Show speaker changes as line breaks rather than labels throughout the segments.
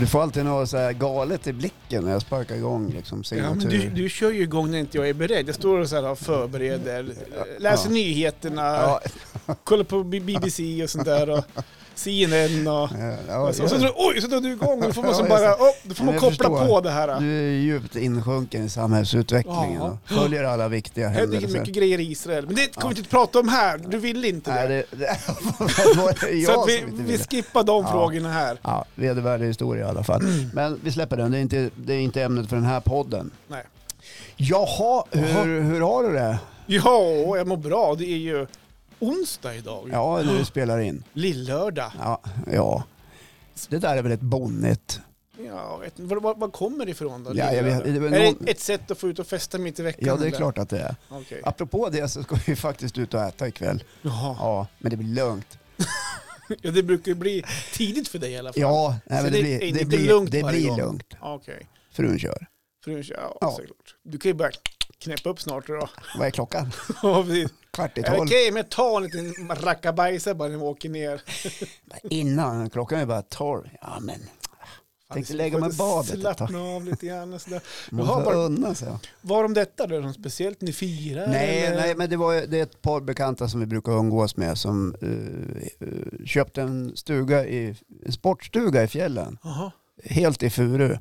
Du får alltid något så här galet i blicken när jag sparkar igång liksom
Ja, men
signatur.
du, du kör ju igång när inte jag är beredd. Jag står och så här och förbereder, läser
Ja.
nyheterna,
Ja,
kollar på B- BBC och sånt där och CNN och...
ja,
och så, och så,
ja.
drar- oj, så drar du igång och då får man,
Ja,
så
just
bara,
det.
oh, då får
Men
man
jag
koppla
förstår. Mm.
på det här.
Du är djupt insjunken i samhällsutvecklingen
Ja.
och följer alla viktiga
Det händer
händelser.
mycket grejer i Israel, men det kommer vi inte att prata om här. Du vill inte
Nej,
det.
det, det vad var det jag
Så att
som
vi,
inte
vi
ville?
skippar de
Ja.
frågorna här.
Ja, vedervärdig historia i alla fall.
Mm.
Men vi släpper den, det är inte, det är inte ämnet för den här podden.
Nej.
Jaha, hur, hur har du det?
Ja, jag mår bra. Det är ju onsdag idag.
Ja, när du spelar in.
Lillördag.
Ja, ja. Det där är väl ett bonnet.
Ja, jag vet, inte. var, var, var kommer det ifrån då?
Ja, jag vet-
Lillördag?
det var
Är
någon-
det ett sätt att få ut och festa mitt i veckan?
Ja, det är
eller?
klart att det är.
Okej.
Apropå det så ska vi faktiskt ut och äta ikväll.
Jaha.
Ja, men det blir lugnt.
Ja, det brukar ju bli tidigt för dig i alla fall.
Ja, nej,
Så
men
det
det
är
blir,
inte
det blir,
lugnt
det
varje
blir
gång.
lugnt.
Okej. Okay.
Frun kör.
Frun, ja,
Ja.
såklart. Du kan ju börja knäppa upp snart då.
Vad är klockan?
Ja, precis.
Kvart i
Är det
tolv.
Okej, men ta en liten rackabajsa bara när vi åker ner.
Innan, klockan är bara tolv. Ja, men
Fan,
Tänkte
det är
lägga mig i
skönt att
badet ett
Slappna av lite grann och sådär.
man
Jaha,
får
var,
unna sig.
var om detta då? Något speciellt ni firar?
Nej,
eller?
nej, men det, var, det är ett par bekanta som vi brukar umgås med som eh, eh, köpte en stuga i, en sportstuga i fjällen.
Jaha.
Helt i Furu.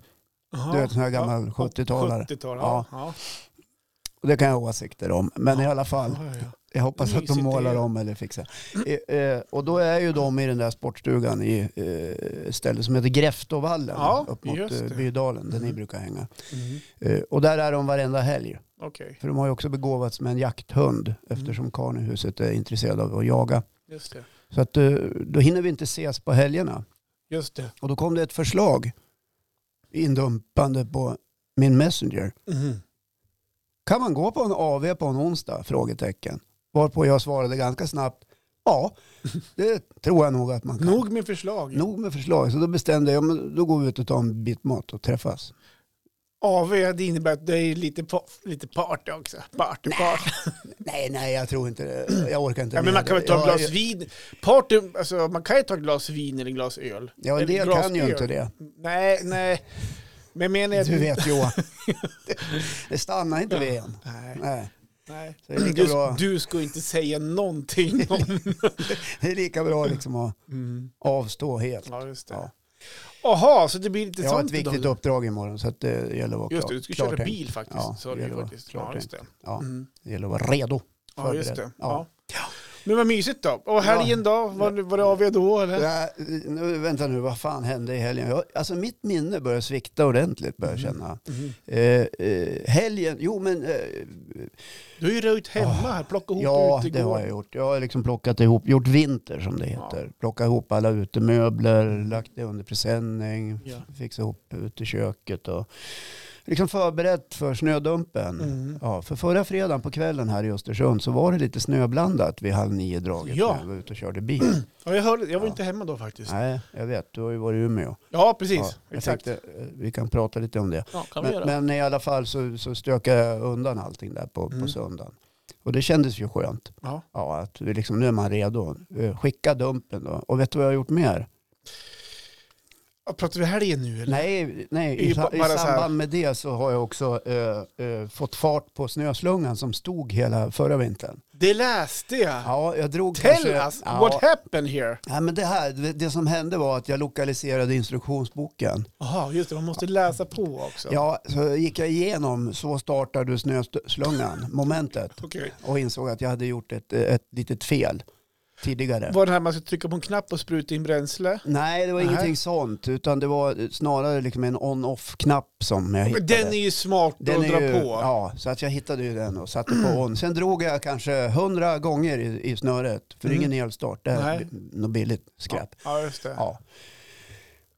Jaha.
Du vet, sån här gammal 70-talare.
70-tal, ja.
Ja.
ja.
Och det kan jag ha åsikter om. Men i alla fall,
ja, ja.
jag hoppas att de
Mysigt
målar
det.
om eller fixar. Eh, eh, och då är ju de i den där sportstugan i eh, ett ställe som heter Gräftovallen.
Ja,
upp mot
just
eh,
det.
Bydalen, där ni
Mm.
brukar hänga.
Mm.
Eh, och där är de varenda helg.
Okej,
För de har ju också begåvats med en
Mm.
jakthund eftersom karlen i huset är intresserad av att jaga.
just det.
Så att, eh, då hinner vi inte ses på helgerna.
Just det.
Och då kom det ett förslag indumpande på min messenger.
Mm.
Kan man gå på en AV på en onsdag? Frågetecken. Varpå jag svarade ganska snabbt. Ja, det tror jag nog att man kan.
Nog med förslag.
Nog med förslag. Så då bestämde jag, men då går vi ut och tar en bit mat och träffas.
AV, det innebär att det är lite, pa- lite party också. Party, party.
Nej, nej, jag tror inte det. Jag orkar inte
Ja, men
med
man kan väl
det.
ta ett
Jag-
glas vin. Party, alltså, man kan ju ta ett glas vin eller glas öl.
Ja, en
eller
del
glas
kan ju
öl.
inte det.
Nej, nej. Men menar jag...
Du vet Johan. Det stannar inte vid en.
Nej,
Nej.
nej.
Så det, är lika
Du,
bra,
du ska inte säga någonting om...
det är lika bra liksom att
Mm.
avstå helt.
Ja, just det.
Ja.
Jaha, så det blir lite
Jag har
sånt
ett viktigt
idag.
uppdrag imorgon så att det gäller att vara
Just
klar-
det, du ska köra
klartänkt.
bil faktiskt.
Ja,
sa du
det
ju
gäller att
faktiskt.
vara
Ja, just det.
Ja,
Mm.
det gäller att vara redo.
Ja, just det.
Förberedd.
Ja.
Ja.
Men vad mysigt då. Och helgen då? Var, var det AV då eller?
Ja, nu, vänta nu, vad fan hände i helgen? Jag, alltså mitt minne börjar svikta ordentligt börjar jag känna.
Mhm.
Eh, eh, helgen, jo men eh,
Du har ju röjt hemma här, plockat ihop
ja det
utegården.
har jag gjort. Jag har liksom plockat ihop, gjort vinter som det heter. Plockat ihop alla utemöbler, lagt det under presenning,
Mm. Ja.
fixat ihop uteköket och liksom förberett för snödumpen.
Mm.
Ja, för förra fredagen på kvällen här i Östersund så var det lite snöblandat vid halv nio-draget
Ja.
när jag var ute och körde bil.
Ja, jag, hörde, jag var
Ja.
inte hemma då faktiskt.
Nej, jag vet. Du har ju varit i Umeå.
Ja, precis.
Ja, jag
Exakt.
tänkte, eh, vi kan prata lite om det.
Ja, kan vi
Men,
göra.
men i alla fall så, så stökade jag undan allting där på,
Mm.
på söndagen. Och det kändes ju skönt.
ja.
Ja, att vi liksom, nu är man redo. Eh, Skicka dumpen då. Och vet du vad jag har gjort mer?
Ja, Pratar vi helgen nu eller?
Nej, nej
I
i, sa-
ba-
i
bara så här.
samband med det så har jag också eh, eh, fått fart på snöslungan som stod hela förra vintern.
Det läste jag.
Ja, jag drog
Ah. Tell
kanske-
us,
ja,
what happened here?
Nej, men det, här, det- det som hände var att jag lokaliserade instruktionsboken.
Jaha, just det, man måste läsa på också.
Ja, så gick jag igenom så startar du snöslungan, momentet.
Okej.
Och insåg att jag hade gjort ett, ett litet fel tidigare.
Var det här man ska trycka på en knapp och spruta in bränsle?
Nej, det var
Nej.
ingenting sånt. Utan det var snarare liksom en on-off-knapp som jag hittade.
Men den är ju smart att
Den är
dra
ju-
på.
Ja, så att jag hittade ju den och satte på on. Sen drog jag kanske hundra gånger i, i snöret. För det är ingen elstart, det
Mm. Nej.
är något billigt skräp.
Ja, just det.
Ja.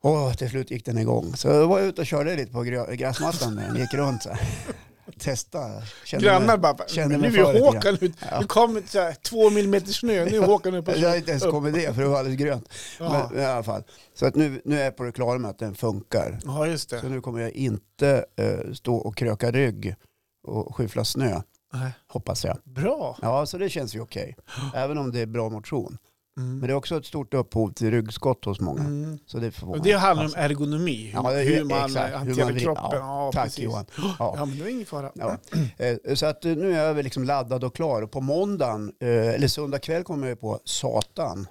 Och till slut gick den igång. Så jag var ute och körde lite på grö- gräsmattan med den. Gick runt så här. Testa. Kände
Grannar
mig-
bara,
kände
men
mig
nu är
för lite
Håkan ut.
Ja.
Nu kom det så här, två millimeter snö, nu är Håkan uppe och
Jag har inte ens
upp.
kommit det för det var alldeles grönt.
Ja.
Men, i alla fall. Så att nu, nu är jag på det klara med att den funkar.
Ja, just
Så
det.
nu kommer jag inte eh, stå och kröka rygg och skyffla snö,
Nej.
hoppas jag.
Bra.
Ja, så det känns ju okej. Även om det är bra motion. Men det är också ett stort upphov till ryggskott hos många.
Mm.
Så det förvånar
Och det handlar om ergonomi, hur,
Ja, det är-
hur man
exakt, hur
hanterar
man vrider.
kroppen.
Ja,
Ja,
tack,
precis.
Johan.
Ja.
Ja.
men det var ingen fara.
Ja. Eh, Så att eh, nu är jag liksom laddad och klar. Och på måndagen, eh, eller söndag kväll kom jag ju på Satan.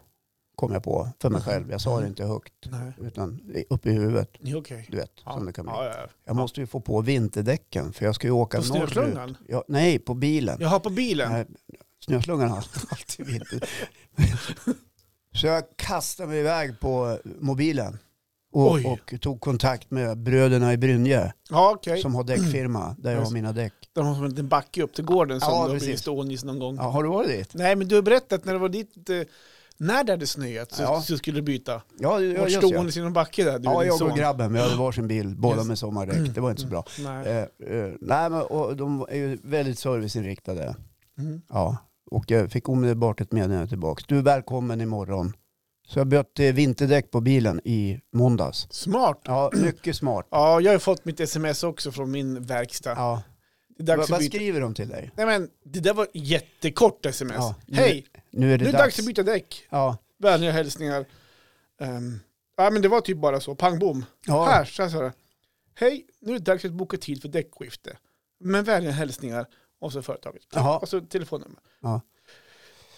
Kom jag på för mig själv. Jag
Mm.
sa det inte högt.
Nej,
Utan upp i huvudet,
det är okej.
du vet.
Ja.
Som det kan bli.
Ja, ja.
Jag måste ju få på vinterdäcken för jag ska ju åka
På snöslungan?
Ja, nej, på bilen.
Jag har på bilen.
Nej, Snöslungan har alltid vinter. Så jag kastade mig iväg på mobilen. Och,
Oj.
och tog kontakt med bröderna i Brynje
Ja, okej.
som har däckfirma där jag har mina däck.
De har som en liten backe upp till gården som
Ja,
ja, har blivit
precis.
stånis någon gång.
Ja, har du varit dit?
Nej, men du har berättat när det var ditt... eh, När det hade snöat så,
Ja.
så skulle du byta.
Ja,
Ja,
ja just det.
stående i någon backe där, du och
Ja,
din
jag
son.
och grabben, vi hade varsin bil, båda
Just.
med sommardäck. Det var inte så bra.
Nej.
Eh, eh, nej, men och de är ju väldigt serviceinriktade.
Mm.
Ja, och jag fick omedelbart ett meddelande tillbaka. Du är välkommen imorgon. Så jag bytte vinterdäck på bilen i måndags.
Smart.
Ja, mycket smart.
Ja, jag har ju fått mitt sms också från min verkstad.
Ja.
Det
Va,
är dags att
vad
byta.
skriver de till dig?
Nej, men det där var ett jättekort sms.
Ja, nu-
Hej,
Nu är det,
nu är det dags att byta däck.
Ja,
Vänliga hälsningar. Ehm, ja, men det var typ bara så. Pang bom.
ja.
Här, så här, så här. Hej, nu är det dags att boka tid för däckskifte. Med vänliga hälsningar. Och så företaget.
Jaha.
Och så telefonnummer.
Ja.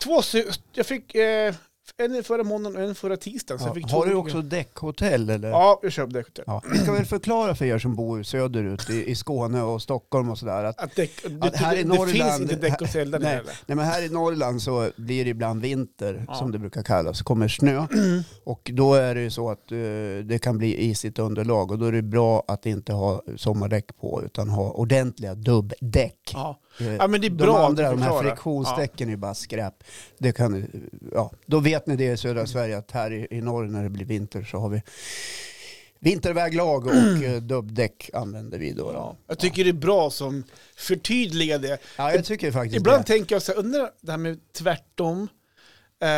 Två sy- Jag fick eh, en förra måndagen och en förra tisdagen. Så jag
Ja.
alltså, fick
Har
två
du
olika-
också däckhotell eller?
Ja, jag köpte däckhotell.
Ja. Jag ska väl förklara för er som bor söderut i, i Skåne och Stockholm och sådär att
Att däck,
Ja,
det,
här i
det, det
Norrland-
finns inte däckhotell där
Nej.
nere.
Nej, men här i Norrland så blir det ibland vinter,
Ja.
som det brukar kallas, kommer snö. Och då är det ju så att eh, det kan bli isigt underlag och då är det bra att inte ha sommardäck på utan ha ordentliga dubbdäck.
Ja.
Eh,
ja, men det är
de
bra att
andra,
du
de här
förklarar.
friktionsdäcken är ju bara skräp. Det kan, eh, ja, då vet ni det i södra Sverige att här i, i norr när det blir vinter så har vi vinterväglag och eh, dubbdäck använder vi då. då.
Ja. Jag tycker det är bra som förtydligar det.
Ja, jag tycker faktiskt
Ibland
det.
tänker jag så här, undrar det här med tvärtom. Eh,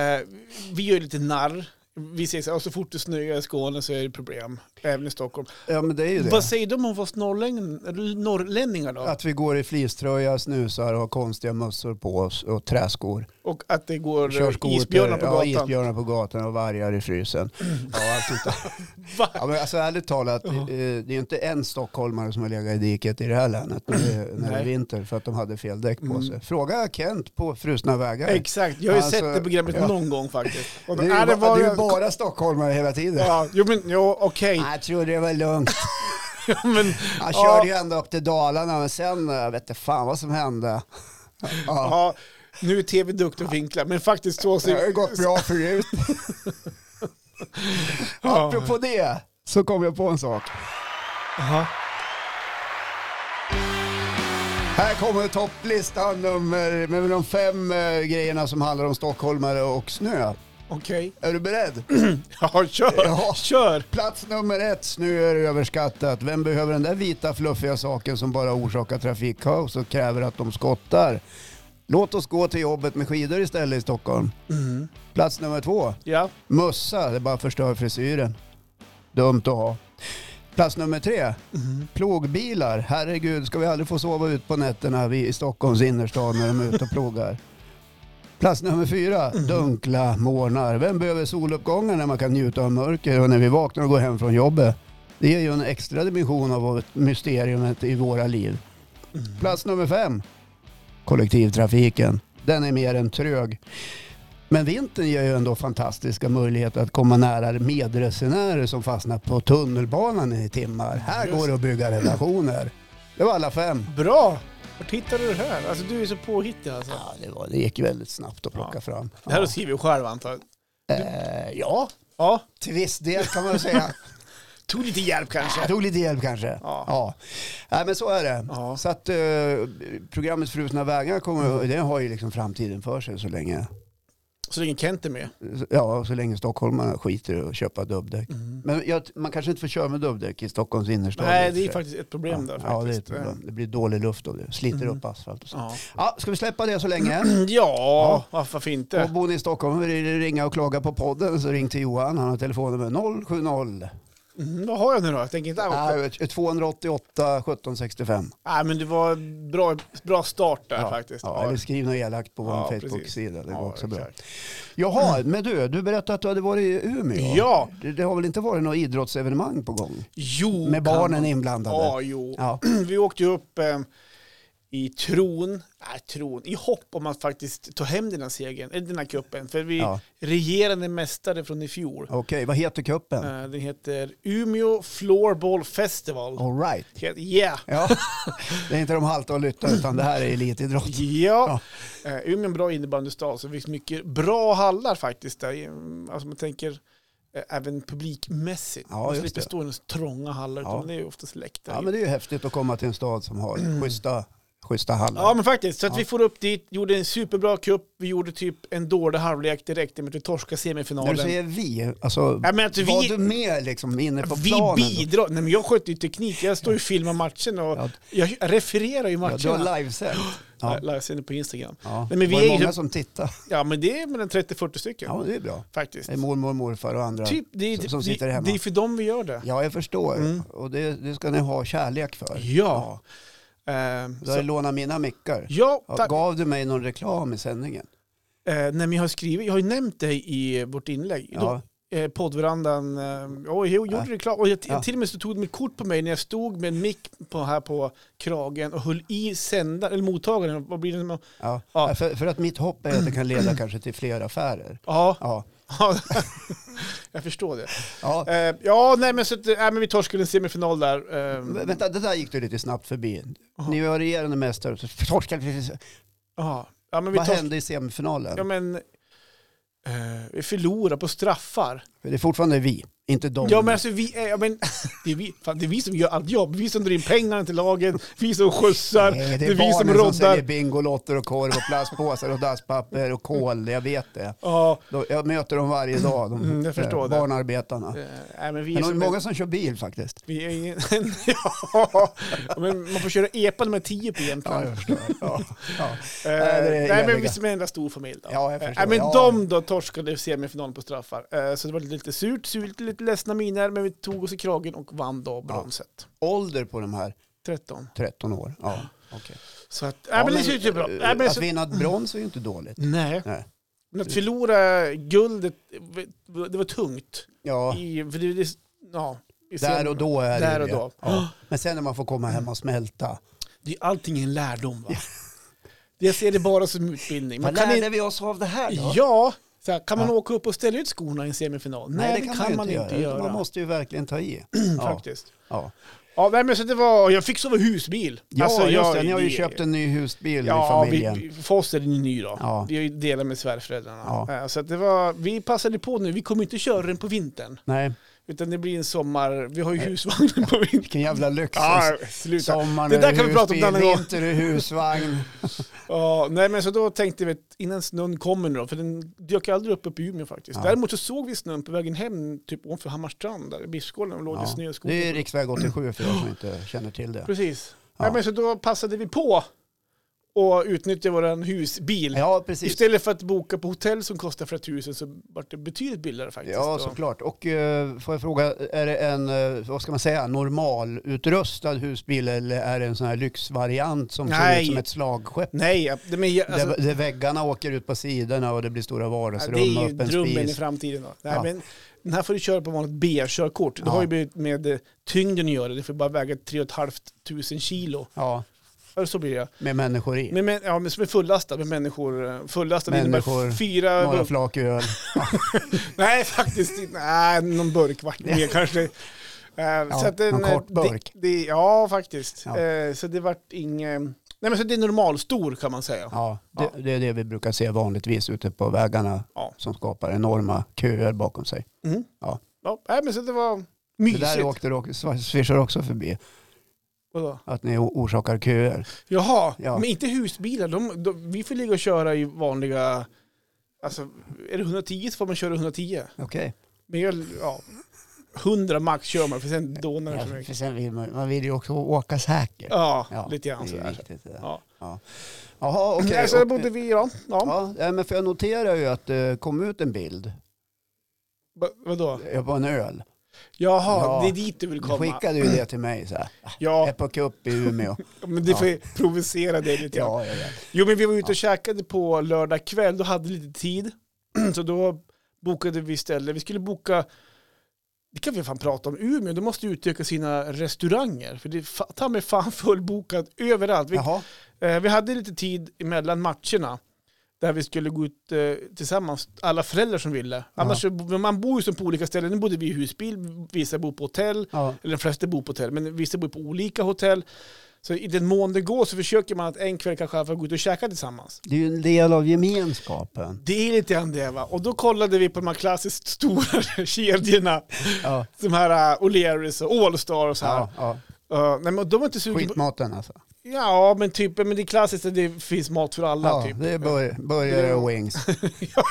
vi gör ju lite narr. Vi säger så här, "Ja, så fort det snöar i Skåne så är det problem. Även i Stockholm.
Ja, men det är ju det.
Vad säger de om oss norrlänning- eller norrlänningar då?
Att vi går i fleecetröja, snusar och har konstiga mössor på oss och träskor.
Och att det går
Kör
eh,
skoter,
isbjörnar på
ja,
gatan.
isbjörnar på gatan och vargar i frysen. Ja, allt sånt där.
Va?
ja, men alltså, ärligt talat,
Ja.
eh, det är ju inte en stockholmare som har legat i diket i det här länet när det, när det är
Nej. Mm.
vinter för att de hade fel däck på sig. Fråga Kent på Frusna vägar.
Exakt, jag har ju
Alltså,
sett det programmet
ja.
någon gång faktiskt. Och
det
då,
är ju, ba-
"Ah, var
det är ju
ju-
bara stockholmare hela tiden.
Ja, jo men jo, okej.
Jag trodde det var lugnt.
men,
Han
Ja.
körde ju ända upp till Dalarna men sen, eh, vet inte fan vad som hände. Ja.
Ja, nu är tv duktig att vinkla, men faktiskt så
Det har
ser...
ju gått bra förut.
Ja.
Apropå det så kom jag på en sak.
Jaha.
Här kommer topplistan nummer, med de fem eh, grejerna som handlar om stockholmare och snö.
Okej.
Är du beredd?
Ja, kör!
Ja.
Kör!
Plats nummer ett, snö är överskattat. Vem behöver den där vita fluffiga saken som bara orsakar trafikkaos och kräver att de skottar? Låt oss gå till jobbet med skidor istället i Stockholm.
Mm.
Plats nummer två,
Ja.
Mössa, det bara förstör frisyren. Dumt att ha. Plats nummer tre, plogbilar. Herregud, ska vi aldrig få sova ut på nätterna vi i Stockholms innerstad när de är ute och plogar? Plats nummer fyra,
Mm.
dunkla morgnar. Vem behöver soluppgångar när man kan njuta av mörker och när vi vaknar och går hem från jobbet? Det ger ju en extra dimension av mysteriet i våra liv.
Mm.
Plats nummer fem, kollektivtrafiken. Den är mer än trög. Men vintern ger ju ändå fantastiska möjligheter att komma nära medresenärer som fastnar på tunnelbanan i timmar. Här
Just.
går det att bygga relationer. Det var alla fem.
Bra! Vart hittade du det här? Alltså du är så påhittig alltså.
Ja, det, var, det gick ju väldigt snabbt att plocka
Ja.
fram.
Det här har
Ja.
du skrivit själv antar jag?
Eh, ja,
Ja.
till viss del kan man väl säga.
Tog lite hjälp
Jag
kanske?
tog lite hjälp kanske.
Ja.
Ja. Nej, men så är det.
Ja. Mm.
Så att eh, programmet Frusna vägar kommer, det har ju liksom framtiden för sig så länge,
Så länge Kent är med.
ja, så länge stockholmarna skiter i att köpa dubbdäck. Men jag, man kanske inte får köra med dubbdäck i Stockholms innerstad.
Mm. Nej, det är faktiskt ett problem där
Ja, det, är ett
faktiskt. Mm.
problem. det blir dålig luft av det. Sliter upp asfalt och så.
Ja,
Ja, ska vi släppa det så länge?
ja varför
Och
inte?
bor ni i Stockholm och vill ringa och klaga på podden så ring till Johan. Han har telefonnummer 070
Mm, vad har jag nu då? Jag tänker inte out.
Nej, 288 1765.
Nej, men det var en bra, bra start där faktiskt.
Ja, eller skriv något elakt på vår
Ja,
Facebook-sida. Det
precis.
går
Ja,
också bra.
exakt.
Jaha, men du, du berättade att du hade varit i Umeå.
Ja.
Det, det har väl inte varit något idrottsevenemang på gång?
Jo,
Med
Oh, kan
barnen
man-
inblandade?
Ja, jo.
Ja.
Vi åkte ju upp eh, i tron, nej, tron, i hopp om att faktiskt ta hem den här segern, eller den här cupen. För vi
Ja.
regerande mästare från i fjol.
Okej, vad heter kuppen?
Eh, Den heter Umeå Floorball Festival.
All right.
Het- Yeah!
Ja. Det är inte de halta och lytta utan det här är elitidrott.
Ja, Eh, Umeå är en bra innebandystad så det finns mycket bra hallar faktiskt. Där. Mm, Alltså man tänker eh, även publikmässigt.
Ja,
man
just
slipper
det.
stå i några trånga hallar
Ja.
utan det är ju oftast läktare.
Ja, men det är ju häftigt att komma till en stad som har schyssta, schyssta hallar.
Mm. Ja men faktiskt, så att
Ja.
vi får upp dit, gjorde en superbra cup, vi gjorde typ en dålig halvlek direkt i och med att vi torskade
När
semifinalen.
du säger vi, alltså,
Ja, men att
var
vi,
du med liksom inne på
vi
planen?
bidrar, nej men jag sköter ju teknik, jag står ju och filmar matchen och
Ja.
jag refererar ju
Ja, du har
matcherna.
livesänt?
Ja,
Ja.
Livesänder på Instagram.
Ja.
Nej, men vi
var det
är ju-
många som tittade?
Ja men det är mellan 30-40 stycken
Ja, det är bra.
faktiskt.
Det är Eh, mormor, morfar och andra.
Typ, det, är-
som- som
det-
sitter hemma.
det är för dem vi gör det.
Ja, jag förstår.
Mm.
Och det, det ska ni ha kärlek för.
Ja. Ehm,
Du har
så,
lånat mina mickar.
ja,
Ja,
tack.
Gav du mig någon reklam i sändningen?
Eh, nej, men jag har skrivit, jag har ju nämnt dig i vårt inlägg. Då, eh, poddverandan, eh, och jag gjorde
Ja.
reklam. Och jag,
Ja.
Till och med så tog de ett kort på mig när jag stod med en mick på, här på kragen och höll i sändaren, eller mottagaren. Vad blir det? som-
Ja.
Ja.
Ja, För, för att mitt hopp är att det kan leda kanske till fler affärer.
Ja,
Ja,
ja. jag förstår det.
ja.
Eh, ja, nej men, så, att, eh, nej, men vi torskade en semifinal där. Eh,
Men Vänta, det där gick du lite snabbt förbi. Ni var regerande mästare. så torskade vi.
ja. ja, men vi
Vad
tors-
hände i semifinalen?
Ja, men, eh, vi förlorade på straffar.
För det är fortfarande vi, inte de.
Ja men alltså vi är, ja, men, det, är vi, fan, det är vi som gör allt jobb. Vi som drar in pengarna till lagen, vi som skjutsar,
Nej,
det
det
är
är
vi som
barnen som säljer
roddar.
Bingolotter och korv och plastpåsar och dasspapper och kol. Jag vet det.
Ja,
De- Jag möter dem varje dag, de
Mm, jag förstår
eh,
det.
barnarbetarna.
eh, nej, men
Men
vi är
det är
som...
många som kör bil faktiskt.
Vi är ingen, ja, men man får köra epa när man är 10 på
Ja,
Jämtland.
jag förstår. Ja, ja.
Eh,
Nej, det är
nej men vi
jävliga.
som är en enda stor familj då.
Ja, jag
Eh,
förstår.
nej, men
Ja.
de då torskade semifinalen på straffar. Eh, så det var lite surt, surt, lite, lite ledsna miner, men vi tog oss i kragen och vann då bronset.
Ålder på de här
13.
13 år. Ja, okej.
Så att, nej
Ja,
men det ser ut bra.
eh,
Nej, men
Att
så-
vinna ett brons är ju inte dåligt.
Nej.
Nej.
Men att förlora guldet, det var tungt.
Ja,
I, för det, det, ja, i
där och då är det
Där
ju
och då.
det. Ja. Men sen när man får komma hem och smälta.
Det är allting en lärdom va? Jag ser det bara som utbildning. Man
Vad
kan
lärde
inte,
vi oss av det här då?
ja, så här, kan man
Ja.
åka upp och ställa ut skorna i en semifinal? Nej, det kan, man inte göra. mm,
Man måste ju verkligen ta i. Ja,
Faktiskt.
ja.
Ja, nej, men så det var, jag fick sova i husbil.
ja
Alltså,
just
jag-
det. Ni har ju
det-
köpt en ny husbil
Ja,
i
vi,
familjen.
vi, för oss är den ju ny då.
Ja.
Vi har ju delat med svärföräldrarna.
Ja.
Eh, Så att det var, vi passade på nu, vi kommer inte köra den på vintern.
Nej,
Utan det blir en sommar, vi har ju husvagnen på vintern.
vilken jävla lyx.
Ja, sluta.
Sommaren
Det där
är
kan vi prata om en annan
husbil,
gång.
Vinter är husvagn.
Ja, nej men så då tänkte vi att innan snön kommer nu då, för den dök aldrig upp uppe i Umeå faktiskt.
Ja.
Däremot så såg vi snön på vägen hem, typ ovanför Hammarstrand där, i Bispgården, och låg i
Ja.
snö och skog.
Det är riksväg 87 för er som inte känner till det.
Precis.
Ja.
Nej men så då passade vi på och utnyttjade vår husbil.
Ja, precis.
Istället för att boka på hotell som kostar flera tusen så vart det betydligt billigare faktiskt.
Ja,
då.
såklart. Och eh, får jag fråga, är det en, eh, vad ska man säga, normalutrustad husbil eller är det en sån här lyxvariant som ser
Nej.
ut som ett slagskepp?
Nej, ja, det, men, jag- alltså,
där, där väggarna åker ut på sidorna och det blir stora
ja,
vardagsrum
det är
och
ju
öppen
drömmen i
spis.
framtiden. Då. Nej,
Ja.
men, den här får du köra på vanligt B-körkort. Det
Ja.
har ju blivit med eh, tyngden att göra, det får bara väga 3 tusen kilo.
Ja,
Eller så blir det.
med människor i.
Men, men, ja, men som är fullastad med människor. eh, Fullastad det
Människor,
innebär fyra...
Några flak öl.
Nej, faktiskt inte. Nej, någon burk vart det mer kanske. Eh, så att den,
någon kort
eh,
burk.
Det, det, ja, faktiskt.
Ja.
Eh, så det vart ingen... Nej, men så det är normalstor kan man säga.
Ja, det,
Ja.
det är det vi brukar se vanligtvis ute på vägarna
Ja.
som skapar enorma köer bakom sig.
Mm.
Ja.
Ja, nej, men så det var
Det där
mysigt.
åkte, åkte, svischar också förbi,
Vadå?
att ni o- orsakar köer.
Jaha,
Ja.
men inte husbilar. De, de, vi får ligga och köra i vanliga... Alltså, är det 110 så får man köra 110.
Okej.
Men jag, ja, 100 max kör man för sen dånar det så
Ja,
mycket.
för sen vill man, man vill ju också åka säkert.
Ja,
Ja,
lite grann
Det är
sådär.
viktigt. det där.
Ja.
Ja. Jaha, okej.
Nej, så där
Och-
bodde vi då. Ja.
Ja, nej, men för jag eh, noterar ju att det kom ut en bild
Va- Vadå?
eh, på en öl.
Jaha,
Ja,
det är dit du vill
Du
komma.
skickade ju det till mig så här.
Ja,
Eppa Cup i Umeå.
men det får provocera dig lite. grann.
Ja, ja, ja.
Jo, men vi var ute och käkade på lördag kväll, då hade vi lite tid. Så då bokade vi ställe. Vi skulle boka, det kan vi fan prata om, Umeå, de måste utöka sina restauranger. För det är fa- ta mig fan fullbokat överallt. Vi,
Jaha,
eh, vi hade lite tid mellan matcherna. Där vi skulle gå ut eh, tillsammans, alla föräldrar som ville. Annars, så- man bor ju som på olika ställen. Nu bodde vi i husbil, vissa bor på hotell.
ja.
Eller de flesta bor på hotell, men vissa bor på olika hotell. Så i den mån det går så försöker man att en kväll kanske i alla fall gå ut och käka tillsammans.
Det är ju en del av gemenskapen.
Det är lite grann det va. Och då kollade vi på de här klassiskt stora kedjorna.
Ja,
De här uh, O'Learys och Allstar och så här.
ja, ja.
Eh, nej men de var inte sugna på...
Skitmaten alltså.
Ja men typ, men det är klassiskt att det finns mat för alla
Ja,
typ.
det är bur- burgare och wings.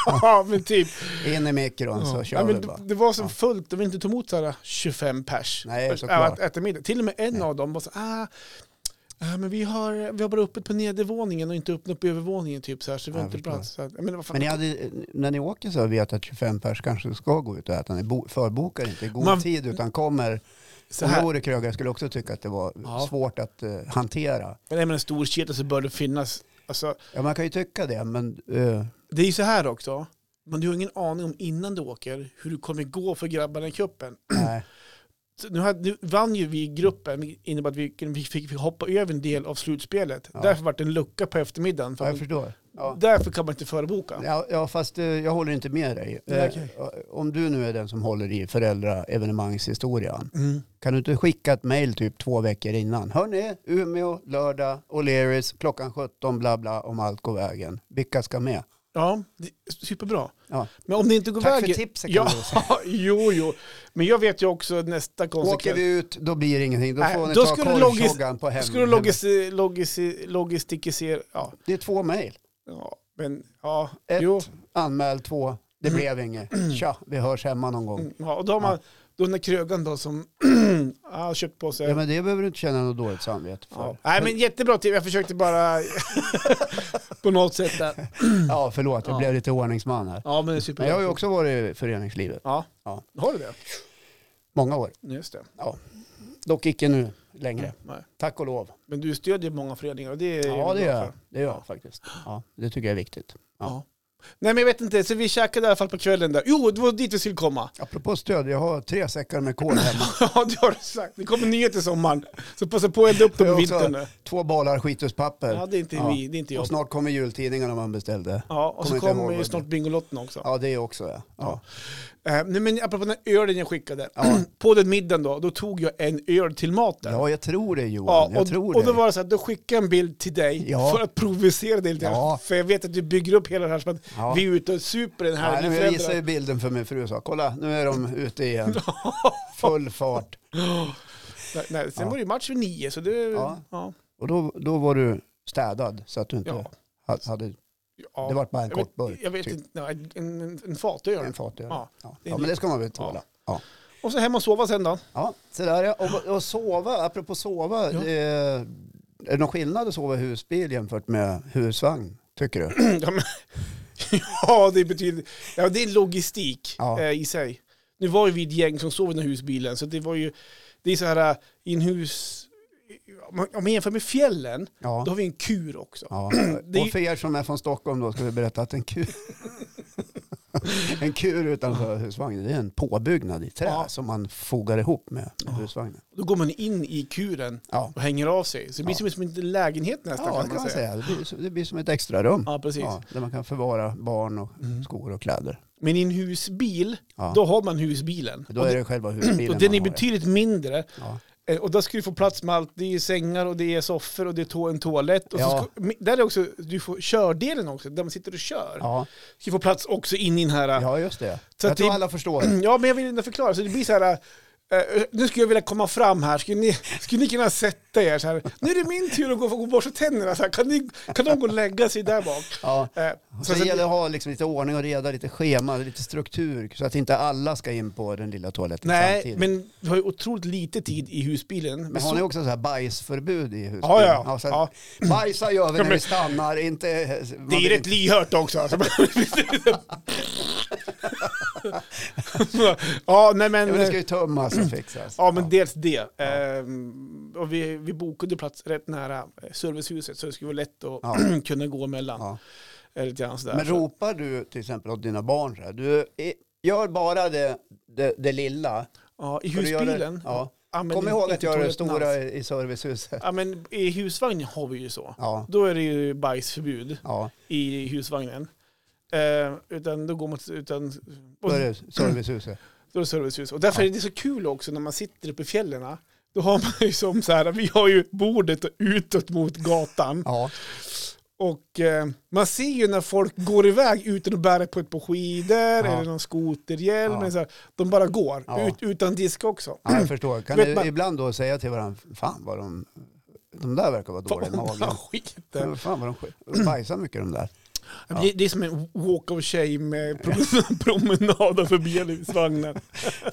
ja men typ.
In i mikron så
ja,
Alltså, kör vi
men
bara.
det, det var så
Ja.
fullt, de ville inte ta emot så här 25 pers.
Nej,
Äh,
såklart.
Att äta middag. Till och med en av dem var så ah, ah, men vi har, vi har bara öppet på nedervåningen och inte öppet på övervåningen typ så här, så vi har
Jag
inte
förstår.
plats. Så här, men vad fan,
Men ni hade, när ni åker så vet att 25 pers kanske ska gå ut och äta. Ni bo- förbokar inte i god
Man-
tid utan kommer.
så
Om
här.
jag vore krögare skulle jag också tycka att det var
Ja.
svårt att eh, hantera.
Nej, men en stor kedja så bör det finnas. Alltså,
Ja, man kan ju tycka det, men eh,
det är ju så här också, men du har ingen aning om innan du åker hur det kommer gå för grabbarna i cupen.
nej.
Så Nu, hade, nu vann ju vi gruppen, vilket innebar att vi, vi fick hoppa över en del av slutspelet.
Ja.
Därför var det en lucka på eftermiddagen. För
Ja, jag förstår. Ja.
Därför kan man inte förboka.
Ja, ja, fast eh, jag håller inte med dig. Eh,
Nej, okej.
Om du nu är den som håller i föräldraevenemangshistorien,
Mm.
kan du inte skicka ett mejl typ två veckor innan? Hörni, Umeå, lördag, O'Learys, klockan 17, bla bla, om allt går vägen. Vilka ska med?
Ja, det är superbra.
Ja.
Men om det inte går
Tack
vägen...
för tipset kan
Ja,
du säga.
jo, jo. Men jag vet ju också nästa
Åker
konsekvens.
vi ut, då blir det ingenting. Då
Nej,
får ni
då
ta
skulle logis-
korvtjoggan på hem.
Skulle
hem-
logis, logis, logistikisera... Ja,
Det är två mejl.
ja, men ja.
Ett.
Jo,
Anmäl två, det blev inget. Tja, vi hörs hemma någon gång.
mm, ja, och då har man... Då den där krögan då som har köpt på sig...
Ja, men det behöver du inte känna något dåligt samvete för.
Ja. Nej men jättebra tips, jag försökte bara på något sätt där.
Ja, förlåt, jag
Ja.
blev lite ordningsman här.
Ja men det är
Men
superbra.
jag har ju också varit i föreningslivet,
Ja.
Ja.
Har du det?
många år.
Just det.
Dock icke nu längre,
Nej.
tack och lov.
Men du stödjer många föreningar och det är jag
Ja, Mm. det
glad
gör
för.
jag, det gör jag faktiskt. Ja, det tycker jag är viktigt.
Ja. Nej men jag vet inte, så vi käkade i alla fall på kvällen där. Jo, det var dit vi skulle komma.
Apropå stöd, jag har tre säckar med kol hemma.
ja, det har du sagt. Det kommer nyheter i sommaren. Så passa på att elda upp dem i
Jag
vintern
också.
nu.
Två balar
Ja,
skituspapper.
det är inte
Ja.
vi, det är inte jag.
Och snart kommer jultidningarna man beställde.
Ja, och så
kommer inte ihåg
kommer
vad
ju
det
snart Bingolotten också.
Ja, det också ja. ja.
Eh, nej men apropå den här ölen jag skickade. på den middagen då, då tog jag en öl till maten.
Ja, jag tror det Johan.
Ja,
jag
och,
tror
och då
det.
var det så att då skickade jag en bild till dig
Ja.
för att provocera dig lite grann.
Ja.
För jag vet att du bygger upp hela det här som att
Ja.
vi är ute och super den här
Nej, men jag
föräldrar.
visade ju bilden för min fru och sa, kolla nu är de ute igen. Full fart.
Nej, nej, sen var det ju match vid nio, så det...
Ja.
ja.
Och då, då var du städad så att du inte
Ja.
ha- hade,
Ja.
det var bara en
Jag vet-
kort burk.
Jag vet
typ.
inte, nej, en, en, en fatöl.
En fatöl.
Ja.
Ja.
det är
men det ska man väl tåla. Ja.
Och så hem och sova sen då.
Ja, så där ja. Och, och sova, apropå sova,
Ja.
eh, är det någon skillnad att sova i husbil jämfört med husvagn, tycker du?
ja, men, ja, det betyder... Ja, det är logistik
Ja.
eh, i sig. Nu var ju vi ett gäng som sov i den här husbilen, så det var ju... Det är så här, eh, i en hus... Om man- om man jämför med fjällen,
Ja.
då har vi en kur också.
ja.
Det är ju-
Och för er som är från Stockholm då ska vi berätta att en kur, en kur utanför husvagnen, det är en påbyggnad i trä
Ja.
som man fogar ihop med, med husvagnen.
Då går man in i kuren
Ja,
och hänger av sig. Så det blir
Ja.
som- som en liten lägenhet nästan
ja det kan man säga. Det blir, som- det blir som ett extra rum.
Ja, precis.
Ja, där man kan förvara barn och skor och kläder.
Men i en husbil,
Ja.
då har man husbilen.
Då
Och
är det själva husbilen
Och den är
man har.
betydligt mindre.
Ja.
Eh, Och där ska du få plats med allt. Det är sängar och det är soffor och det är to- en toalett. Och så
Ja.
ska, men där är också, du får kördelen också, där man sitter och kör.
Ja.
Ska få plats också in i den här... Ja,
ja, just det.
Så att
jag tror
det-
alla förstår.
men jag vill ändå förklara. Så det blir så här... eh, nu skulle jag vilja komma fram här. Skulle ni, skulle ni kunna sätta er så här? Nu är det min tur att gå och borsta tänderna. Så här. Kan, ni, kan de gå och lägga sig där bak?
Ja.
Eh,
Så,
så-
det
så-
gäller att ha liksom lite ordning och reda, lite schema, lite struktur så att inte alla ska in på den lilla toaletten
Nej,
samtidigt.
men vi har ju otroligt lite tid i husbilen.
Men har ni också så här bajsförbud i husbilen?
Ja, ja,
så
ja.
Bajsa gör vi när
men-
vi stannar, inte... man
det är
vill
rätt lyhört också. Alltså. ja, nej men...
Ja, men det ska ju tömmas och fixas.
Ja, men dels det. Ehm, och vi, vi bokade plats rätt nära eh, servicehuset så det skulle vara lätt att
Ja.
kunna gå emellan.
Ja.
Eh, Lite grann sådär.
Men ropar du till exempel åt dina barn så här, du eh, gör bara det, det, det lilla.
ja, I
För du gör det-
husbilen.
Ja.
använder
Kom
vi
ihåg
inte
att göra det
toaletten
stora
alls.
i, i servicehuset.
Ja, men I husvagnen har vi ju så.
Ja,
Då är det ju bajsförbud
ja.
i husvagnen. Eh, utan då går man till, utan,
Då
och
är det servicehuset.
Då är det servicehus. Och därför är det så kul också när man sitter uppe i fjällen. Då har man ju som så här, vi har ju bordet utåt mot gatan.
Ja,
Och eh, man ser ju när folk går iväg utan att bära på ett par skidor eller någon skoterhjälm.
Ja.
eller Så här, de bara går,
Ja.
ut, utan disk också.
ja jag förstår. Kan
Vet
du
man-
ibland då säga till varandra, fan vad de, de där verkar vara dåliga i magen.
Fan, skiten.
Ja, Fan vad de sk- de bajsar mycket de där. Ja.
Det, det är som en walk of shame eh, prom- promenad förbi husvagnen.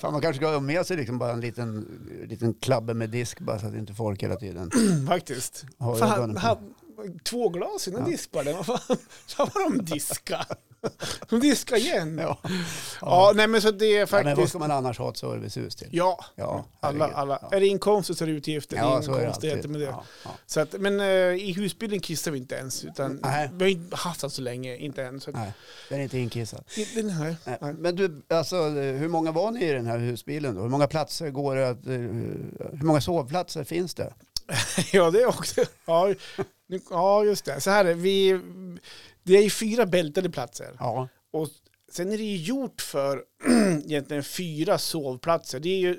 Fan man kanske ska ha med sig liksom bara en liten, liten klabbe med disk bara så att inte folk hela tiden
Faktiskt.
har ögonen
Fan,
på.
han, två glas innan diskbaren. Vad fan, fan vad de diska. De diskar igen. Ja,
Ja.
nej men så det är
Ja, men vad
faktiskt...
ska man annars ha ett servicehus till?
Ja,
Ja,
alla,
herregud.
alla.
Ja.
Är det inkomster så är det utgifter. det är inga konstigheter
alltid.
med det.
Ja, ja.
Så att, men eh, i husbilen kissar vi inte ens. Utan
Nej.
Vi har inte haft den så länge, inte än. Så att,
Nej, den är inte inkissad.
den här,
Nej.
nej.
Men du, alltså, eh, hur många var ni i den här husbilen då? Hur många platser går det att, eh, hur många sovplatser finns det?
Ja, det är också. Ja, nu, ja, just det. Så här är vi... Det är ju fyra bältade platser.
Ja,
Och sen är det ju gjort för egentligen fyra sovplatser. Det är ju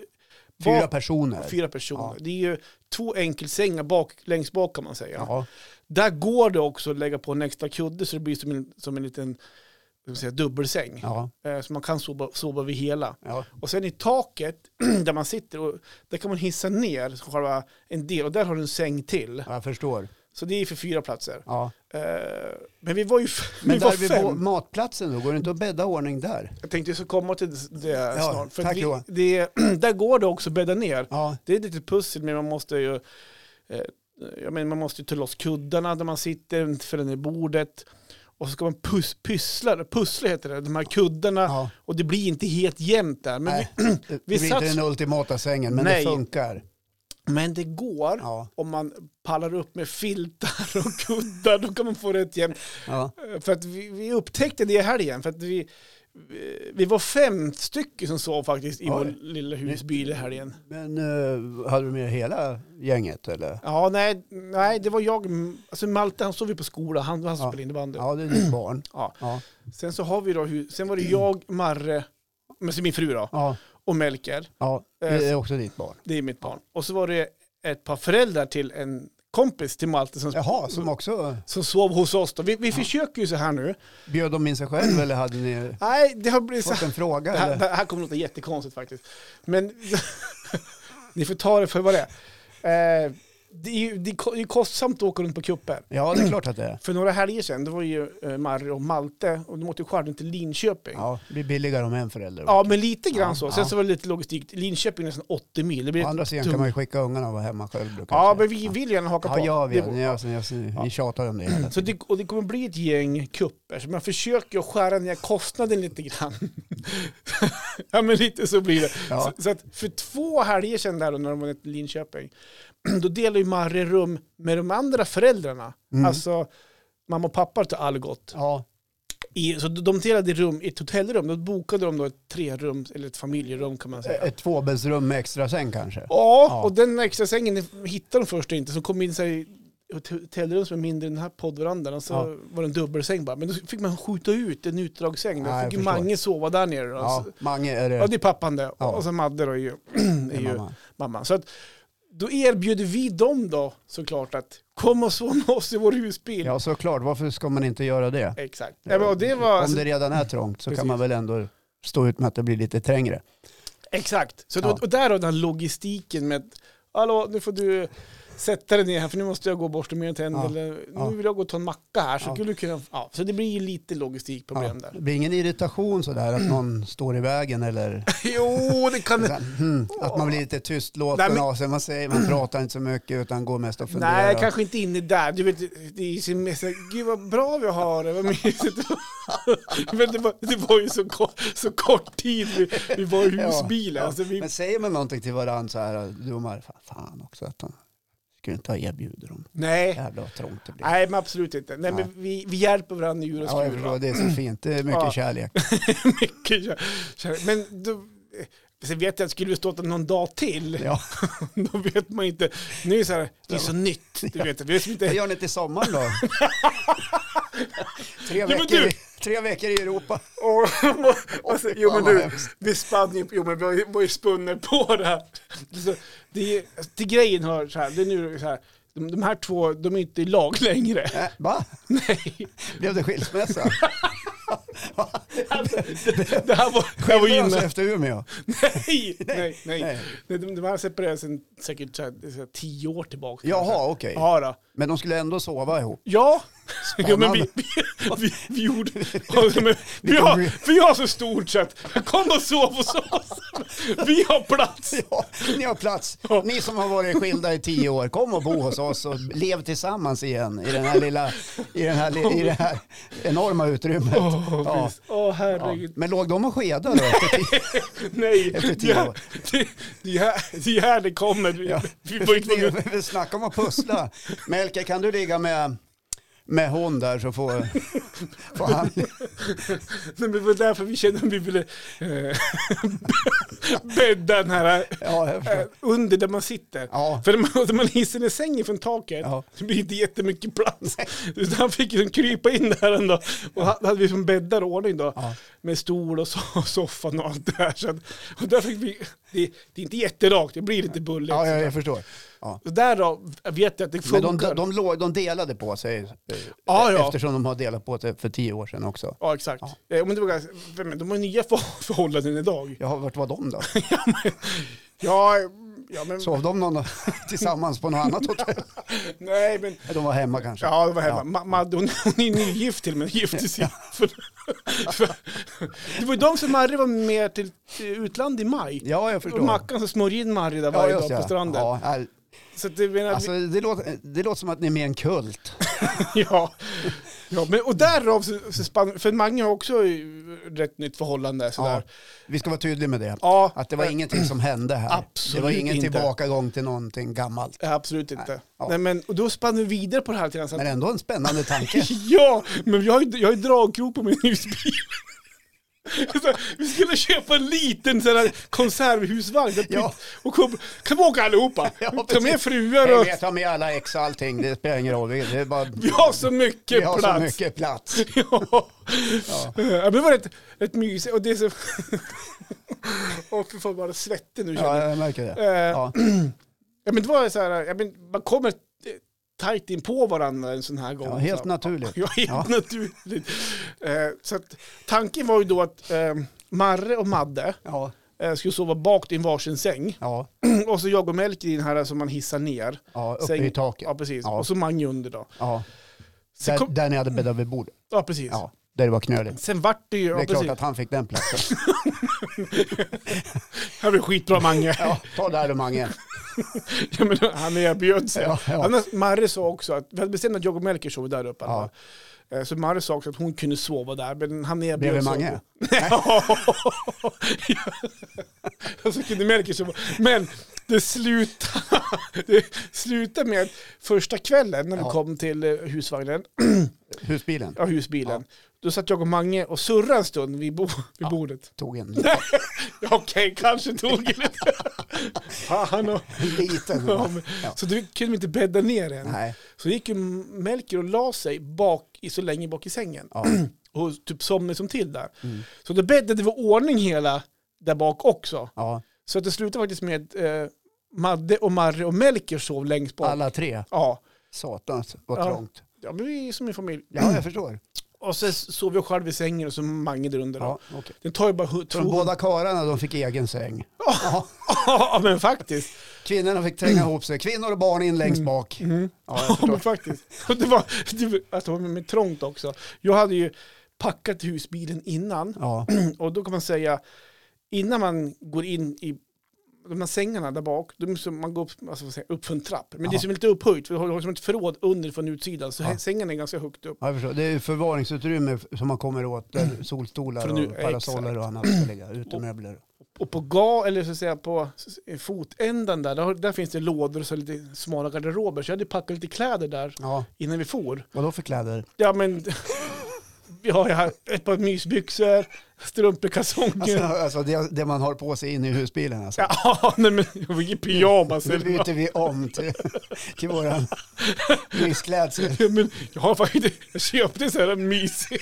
fyra
bak-
personer.
fyra personer.
Ja.
Det är ju två enkelsängar bak, längst bak kan man säga.
Ja,
Där går det också att lägga på en extra kudde så det blir som en, som en liten vad ska man säga, dubbelsäng.
ja,
Eh, Så man kan sova, sova vid hela.
ja,
Och sen i taket där man sitter, och där kan man hissa ner själva en del och där har du en säng till.
jag förstår.
Så det är för fyra platser.
Ja.
Eh, Men vi var ju f-
Men
vi var
där vid
fem.
bo- matplatsen då, går det inte att bädda ordning där?
Jag tänkte jag ska komma till det snart. För att
tack,
vi,
Johan.
det, där går det också att bädda ner.
Ja,
Det är lite pussel men man måste ju eh, jag menar, man måste ju ta loss kuddarna där man sitter, fälla ner bordet. Och så ska man pus, pyssla, pussla heter det, de här kuddarna.
ja.
Och det blir inte helt jämnt där. Men,
Nej, det blir inte
satt-
den ultimata sängen, men
Nej.
det funkar.
vi, men det går
Ja,
om man pallar upp med filtar och kuddar. Då kan man få rätt jämnt.
ja,
Eh, För att vi, vi upptäckte det i helgen. För att vi, vi- vi var fem stycken som sov faktiskt i
Oj.
vår lilla husbil i helgen.
Men eh, hade du med hela gänget eller?
Ja, nej, nej, det var jag. Alltså Malte, han sov ju på skola. Han,
Ja.
han spelade innebandy.
Ja, det är ditt barn.
Ja.
Ja,
Sen så har vi då, hu- sen var det jag, Marre, men så min fru då,
ja,
och Melker.
ja.
Eh,
det är också ditt barn.
Det är mitt barn. Och så var det ett par föräldrar till en kompis till Malte som,
Jaha, som också
som sov hos oss. Då. Vi, vi försöker ju så här nu.
bjöd de in sig själv eller hade ni
Nej, det har blivit så
fått en fråga?
Det här,
Eller?
det här kommer låta jättekonstigt faktiskt. Men ni får ta det för vad det är. Eh, det, är ju, det är ko- det är kostsamt att åka runt på kuppen.
Ja, det är klart att det är.
För några helger sedan, det var ju eh, Marre och Malte och de åkte ju skärden till Linköping. Ja.
Ja, det blir billigare om en förälder.
men lite grann
Ja,
så. Sen
ja.
så var det lite logistik. Linköping är nästan 80 mil. Det blir
Å andra sidan kan man ju skicka ungarna och vara hemma själv. då
Ja,
kanske.
men vi vill gärna haka på.
Ja, jag
Det
vet.
bor-
Ni- alltså, ni- alltså, ni- Vi tjatar om det hela
Så
tiden.
det, och det kommer bli ett gäng kupper. Så man försöker att skära ner kostnaden lite grann. ja, men lite så blir det.
Ja.
Så, så att för två helger sedan där då, när de var i Linköping, då delade ju Marre rum med de andra föräldrarna.
Mm.
Alltså mamma och pappa till Algot.
Ja,
I, så de delade rum i ett hotellrum. Då bokade de då ett trerum, eller ett familjerum kan man säga.
ett tvåbäddsrum med extra säng kanske.
Ja,
Ja.
och den extra sängen hittade de först inte. Så kom in så här i ett hotellrum som är mindre än den här poddverandan. Och så
Ja.
var det en dubbelsäng bara. Men då fick man skjuta ut en utdragssäng. Då
Ja, jag
fick ju
förstår.
Mange sova där nere. Då.
Ja,
Ja.
Mange är
ja,
det.
det är pappan det.
Ja.
Och så Madde då är ju,
det
är
är
ju
mamma.
mamman. Så att, då erbjuder vi dem då såklart att kom och sova med oss i vår husbil.
Ja, såklart. Varför ska man inte göra det?
Exakt. Ja, Eh, men, och det var,
Om det redan är trångt så
Precis.
kan man väl ändå stå ut med att det blir lite trängre.
Exakt. Så då,
Ja.
Och där har den här logistiken med att Hallå, nu får du sätta dig ner här för nu måste jag gå och borsta mina tänder.
Ja.
Eller,
Ja.
Nu vill jag gå och ta en macka här. Så,
Ja.
skulle du kunna, ja, så det blir ju lite logistikproblem
Ja,
där.
det blir ingen irritation sådär att någon står i vägen eller
jo, det kan
sådär, hmm, att man blir lite tystlåten
Nej, men-
av sig. Man, säger, man pratar inte så mycket utan går mest och funderar.
Nej, kanske inte inne där. Du vet, det är ju sin mest, gud vad bra vi har det, vad mysigt. Men det var, det var ju så kort, så kort tid vi, vi var i husbilen.
Ja,
Alltså, vi,
Men säger man någonting till varandra så här, du och Mar, fan, fan också att de skulle inte ha erbjudit dem.
nej,
Jävlar vad trångt det blir.
nej, men absolut inte. Nej,
Nej.
men vi, vi hjälper varandra i djur och
Ja, jag
skur.
förstår,
va?
det är så fint. Det är mycket
Ja.
kärlek.
Mycket kär- kär- Men då, eh, sen vet jag att skulle vi stått där någon dag till,
Ja.
då vet man inte. Nu är det så här, det är så nytt. Du vet, vi vet
Vad
inte.
gör ni till sommaren då? tre,
men
veckor,
du-
i- tre veckor i Europa.
Och, och så, alltså, jo men
vad
du,
hemskt.
vi spann ju, jo men vi var ju- var ju spunnen på det här. Så, det, är- alltså, till grejen hör så här, det är nu så här, de, de här två, de är inte i lag längre.
Äh, va?
Nej,
Blev det skilsmässa?
alltså, det, det här var, det här var ju
Skilde de sig
innan.
efter Umeå?
Nej, nej, nej.
Nej.
nej. De, de här separerade sedan säkert så här, så här, tio år tillbaka.
Jaha, okej.
Ja då.
Men de skulle ändå sova ihop.
Ja, jo, men vi,
Spännande.
vi, vi, vi gjorde... Alltså, men, vi, har, vi har så stort så att kom och sov hos oss. Vi har plats.
Ja, ni har plats.
Ja.
Ni som har varit skilda i tio år, kom och bo hos oss och lev tillsammans igen i, den här lilla, i, den här, li- i det här enorma utrymmet.
Åh,
Ja.
visst. Åh,
Ja.
herregud.
Men låg de och skedade då? efter tio-
Nej,
Efter
det
tio
är
år.
det, det, är här, det är här det kommer. Vi,
Ja.
vi var ju tvungna...
Vi- vi Snacka om att pussla. Melke, kan du ligga med, med hon där så får, får han...
Nej, men Det var därför vi kände att vi ville eh, bädda den här
Ja, jag
eh,
förstår.
under där man sitter.
Ja.
För när man, när man hisser ner sängen från taket
Ja.
så blir det inte jättemycket plats. Utan han fick liksom krypa in där ändå. Och ha- hade vi som bäddar i ordning då.
Ja.
Med stol och, so- och soffan och allt det här. Så att, och där fick vi, det, det är inte jätterakt, det blir lite bulligt.
Ja, jag, jag förstår. Ja.
Och där då vet jag att det
Men
funkar.
de, de, de, låg, de delade på sig eh,
Ja, ja.
eftersom de har delat på sig för tio år sedan också.
Ja, exakt. Eh, men det var, ganska- men de har nya för- förhållanden idag.
Ja, vart var de då?
Ja, ja men...
Sov de någon tillsammans på något annat hotell?
Nej, men...
De var hemma kanske?
Ja, det var hemma. Ma- Madde, hon, hon är nygift till och med. Gifte sig. För, för, det var ju de som Marre var med till eh, utland i maj.
Ja, jag
Och
förstår.
Mackan som smörjer in Marre där varje dag på stranden.
Ja, all-
Så att det menar,
alltså, det, låter, det låter som att ni är med i en kult.
ja. ja men, och därav så, så spann, för Mange har också eh, rätt nytt förhållande
Ja,
sådär.
vi ska vara tydliga med det.
Ja,
Att det var
eh,
ingenting som hände här.
Absolut
Det var ingen
inte.
tillbakagång till någonting gammalt.
Nej, Absolut inte. Nej,
Nej, ja.
men, och då spann vi vidare på det här lite grann. Så att,
Men ändå en spännande tanke.
Ja, men jag har ju, jag har ju dragkrok på min husbil. Så, vi skulle köpa en liten sån här konservhusvagn där
Ja.
pytt- och kom, kan vi åka allihopa.
Ja,
Ta med
precis.
fruar och
Jag ta med alla ex och allting, det spelar ingen roll. Det är bara,
vi har så mycket
vi har
plats.
så mycket plats.
Ja. ja. men det var rätt, rätt mysigt. Och det är så... och för fan bara svettig nu känner
Ja,
jag.
jag märker det.
Eh,
Ja.
ja, men det var så här, ja, men man kommer eh, tajt in på varandra en sån här gång.
Ja, helt
så.
naturligt.
Ja, helt
Ja.
naturligt. Eh, så att, tanken var ju då att eh, Marre och Madde
Ja,
eh, skulle sova bak i en varsin säng.
ja,
och så jag och Melker i den här som man hissar ner.
ja uppe
Säng-
i taket.
Ja, precis.
Ja.
Och så Mange under då.
Ja.
Sen,
Där,
kom,
där ni hade bäddat vid bordet.
ja, precis.
Ja, där det var knöligt.
Sen vart det ju... Ja,
Det är
precis.
klart att han fick den platsen.
Här var det skitbra Mange.
Ja, ta det här du Mange.
Ja, men han erbjöd sig.
Ja, ja.
Annars, Marre sa också att, vi hade bestämt att jag och Melker sov där uppe.
Ja.
Eh, Så Marre sa också att hon kunde sova där, men han erbjöd
Bredvid
sig
Mange?
också. Ja. Så kunde Melker sova. Men det slutade, det slutade med att första kvällen när vi
Ja.
kom till eh, husvagnen,
Husbilen
ja, husbilen, då satt jag och Mange och surrade en stund vid, bo, vid bordet.
tog en
Ja, Okej, kanske tog det lite. Fan och,
liten.
ja, men,
Ja.
Så det kunde vi inte bädda ner än.
Nej,
Så gick ju Melker och la sig bak, i- så länge bak i sängen.
ja.
Och typ somnade som till där.
Mm.
Så då bäddade vi ordning hela där bak också.
ja.
Så att det slutade faktiskt med att eh, Madde och Marre och Melker sov längst bak.
Alla tre.
Ja.
Satans vad
Ja.
trångt.
ja, men vi är som en familj.
Ja, jag förstår.
Och sen sov jag själv i sängen och så Mange där under. då.
Ja, okej.
Den tar ju bara hu-
Från
två...
båda karlarna, de fick egen säng.
Ja.
Ja.
ja, men faktiskt.
Kvinnorna fick tränga ihop sig. Kvinnor och barn in längst bak.
Mm.
Ja, jag
Ja, men
förstår.
faktiskt. Och Det var, det var, alltså, det var med trångt också. Jag hade ju packat husbilen innan
Ja,
och då kan man säga innan man går in i de här sängarna där bak, då måste man gå upp, alltså, vad ska jag säga, upp för en trapp. Men det är
Ja.
som lite upphöjt, för det har har som ett förråd underifrån utsidan, så
Ja.
sängen är ganska högt upp.
ja, jag förstår. Det är ju förvaringsutrymme som man kommer åt. Där solstolar
Mm. För nu-
och parasoller och annat ska ligga. Utemöbler.
Och på ga, eller så att säga på s- s- fotändan där, där, har- där finns det lådor och så lite smala garderober. Så jag hade packat lite kläder där
Ja,
innan vi for.
vad då för kläder?
Ja men, ja, jag har ett par mysbyxor, strumpor,
Alltså,
kalsonger.
alltså det, det man har på sig inne i husbilen alltså.
Ja, alltså, nej men jag fick ju pyjamas.
Nu
eller vad.
byter vi om till, till våran mysklädsel.
Ja, men jag har faktiskt, jag köpte så här mysig,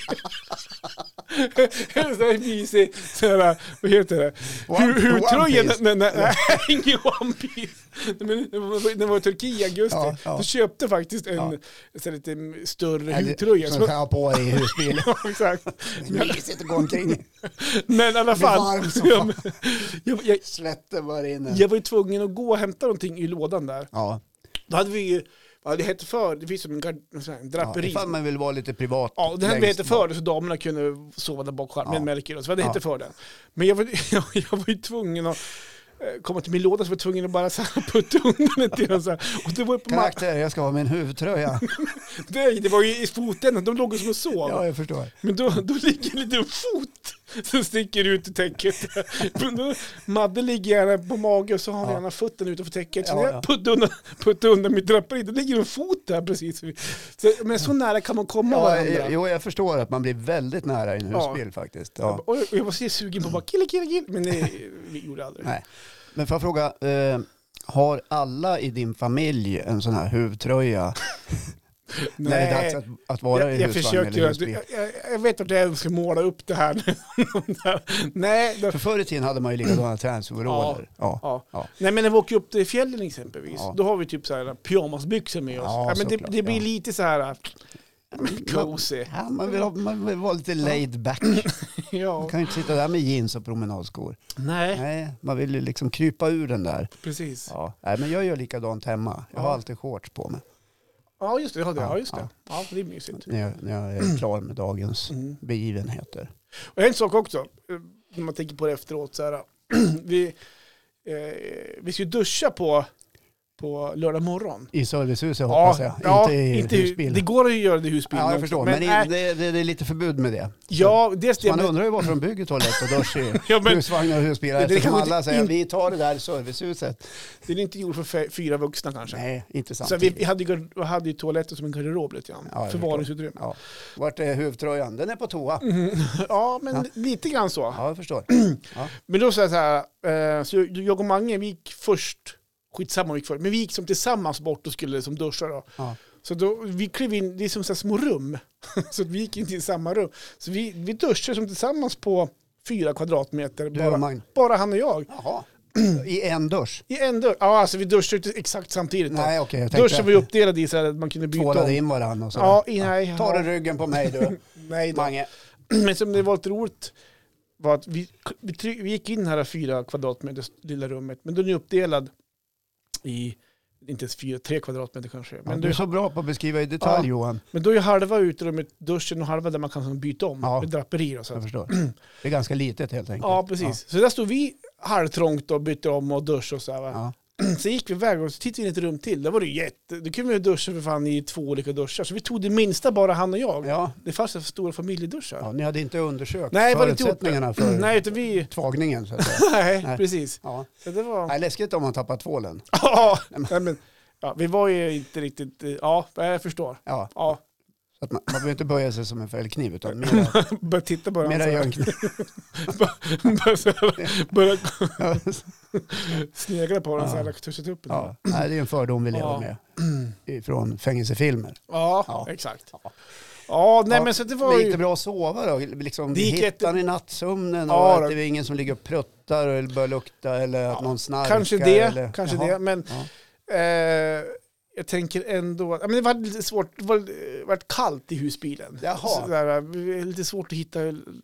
en sån här mysig, så här, vad heter det,
One-
Hur- huvudtröja,
One
nej,
Piece.
nej, nej, ingen One Piece. Nej, Men det var- det var i Turkiet i augusti,
Ja, ja.
då köpte jag faktiskt en
Ja.
så här, lite större
Nej, det-
huvudtröja.
Som
Så-
du kan ha på dig i husbilen.
Ja, exakt.
Mysigt att gå omkring.
Men i alla
Det blir
fall,
varmt som
ja, men, jag, jag,
Svetten bara inne.
jag var ju tvungen att gå och hämta någonting i lådan där.
Ja,
Då hade vi ju, vad det hette för, det finns som en, gard, en sån här
ja
draperi.
ifall man vill vara lite privat.
Ja, det hade vi
längst
hette
bak.
för det, så damerna kunde sova där bak själv med
Ja.
en melker. och Så vi hade
Ja.
hette för det. Men jag var, jag, var ju tvungen att eh, komma till min låda så var jag tvungen att bara så här putta undan det till den så här. Och det var ju på mark-
Karaktär, jag ska ha min huvudtröja.
Nej, det var ju i fotänden, de låg ju som och sov.
Ja, jag förstår.
Men då, då ligger det en fot som sticker ut ur täcket. Men då, Madde ligger gärna på mage och så har han
Ja.
gärna fötterna utanför täcket. Så
Ja,
när jag
ja.
puttar undan, puttar undan mitt draperi, då ligger en fot där precis. Så, men så nära kan man komma
Ja,
varandra.
jag- jo, jag förstår att man blir väldigt nära i en
Ja.
husbil faktiskt.
Ja.
Ja.
Och jag- och jag var så sugen på att bara killa, killa, killa. Men nej, vi gjorde aldrig.
Nej. Men får jag fråga, eh, har alla i din familj en sån här huvtröja när det är dags att, att vara
jag,
i
jag
husvagn
försöker
eller
jag,
husbil?
jag, jag vet inte jag ska måla upp det här. nej, då,
För förr i tiden hade man ju likadana träningsoveraller. Ja. Ja.
ja.
Ja.
nej, men när vi åker upp till fjällen exempelvis,
Ja.
då har vi typ så här pyjamasbyxor med oss.
Ja,
Ja, men det,
såklart,
det blir
ja.
lite så här men cozy.
man, vill ha, man vill vara lite laid back. Man
Ja.
kan ju inte sitta där med jeans och promenadskor.
Nej,
Nej, man vill ju liksom krypa ur den där.
precis. Ja,
Ja. Nej, men jag gör likadant hemma. Jag har
Ja.
alltid shorts på mig
just det. Ja, det, ja,
Ja,
just det. Ja, det är mysigt.
när jag, när jag är klar med dagens
Mm.
begivenheter.
Och en sak också, eh, när man tänker på det efteråt, så här, vi, eh, vi ska ju duscha på, på lördag morgon.
I servicehuset hoppas jag, inte i husbilen.
Det går att göra det i husbilen
Ja, jag
också,
förstår. Men,
äh,
i- det, det, det är lite förbud med det.
ja, dels
Så
det.
man
Men,
undrar ju varför de bygger toalett och dusch i
ja, men,
husvagnar och husbilar.
Det- det
Eftersom
kanske
alla
inte-
säger
in-
vi tar det där servicehuset.
det är inte gjort för fe- fyra vuxna kanske.
Nej, inte
så vi,
samtidigt.
vi hade ju, gar- vi hade ju toaletten som en garderob lite grann.
Ja, jag
förvaringsutrymme.
Ja. Vart är huvtröjan? Den är på toa.
Mhm. Ja, men
Ja.
lite grann så.
Ja, jag förstår. Ja.
Men då så här, så här, eh, så jag och Mange, vi gick först, skitsamma om vi gick först, men vi gick som tillsammans bort och skulle som duscha då.
Ja.
Så då, vi klev in, det är som så här små rum, så att vi gick in till samma rum. Så vi, vi duschade som tillsammans på fyra kvadratmeter,
Du och
bara,
Magnus.
bara han och jag.
Jaha, i en dusch?
I en dörr, ja alltså vi duschade inte exakt samtidigt.
Nej, okej. jag tänkte
Duschen var ju uppdelad i så här att man kunde byta.
tvålade
om.
in varandra och så.
Ja, i- nej.
Ta
ja.
du ryggen på mig du,
Nej, då.
Mange.
Men som det var lite roligt var att vi, vi, try- vi gick in i det här fyra kvadratmeters lilla rummet, men den är uppdelad i, inte ens fyra, tre kvadratmeter kanske. Men,
Ja,
då-
du är så bra på att beskriva i detalj
Ja.
Johan.
men då är halva utrymmet duschen och halva där man kan som byta om
Ja.
med draperier och så.
Jag förstår. Det är ganska litet helt enkelt.
Ja, precis. Så där stod vi halvtrångt och bytte om och dusch och så här. va.
Ja.
Så gick vi iväg och så tittade vi in i ett rum till. Där var det ju jätte... Då kunde vi duscha för fan i två olika duschar. Så vi tog det minsta, bara han och jag.
Ja. Ja.
Det fanns så stora familjeduschar.
ja, ni hade inte undersökt
Nej, var det inte gjort.
förutsättningarna för
Nej, utan vi...
tvagningen så att säga.
Nej,
Nej.
precis.
Ja.
Så det var...
Nej, läskigt om man tappar tvålen.
Ja, nej, men, ja, vi var ju inte riktigt, eh, ja, jag förstår.
Ja,
Ja,
så att man, man behöver inte böja sig som en fällkniv utan mera,
börja titta på den.
mera
så här.
gör en kniv.
Börja så här, börja snegla på den så här,
Ja.
tuschat upp den.
Ja. Nej, det är en fördom vi lever
Ja.
med från fängelsefilmer.
Ja,
Ja.
exakt.
Ja.
Ja, nej
Ja,
men så det var
Men gick det
ju...
bra att sova då? Liksom,
Det gick
hittar
jätte-
ni nattsömnen
Ja,
och
då.
att det är ingen som ligger och pruttar eller börjar lukta eller att
Ja,
någon snarkar?
Kanske det,
eller...
kanske
Jaha.
det, men
Ja.
eh, jag tänker ändå, ja, men det var lite svårt, det var, det var kallt i husbilen.
Jaha.
Så där, eh, det var lite svårt att hitta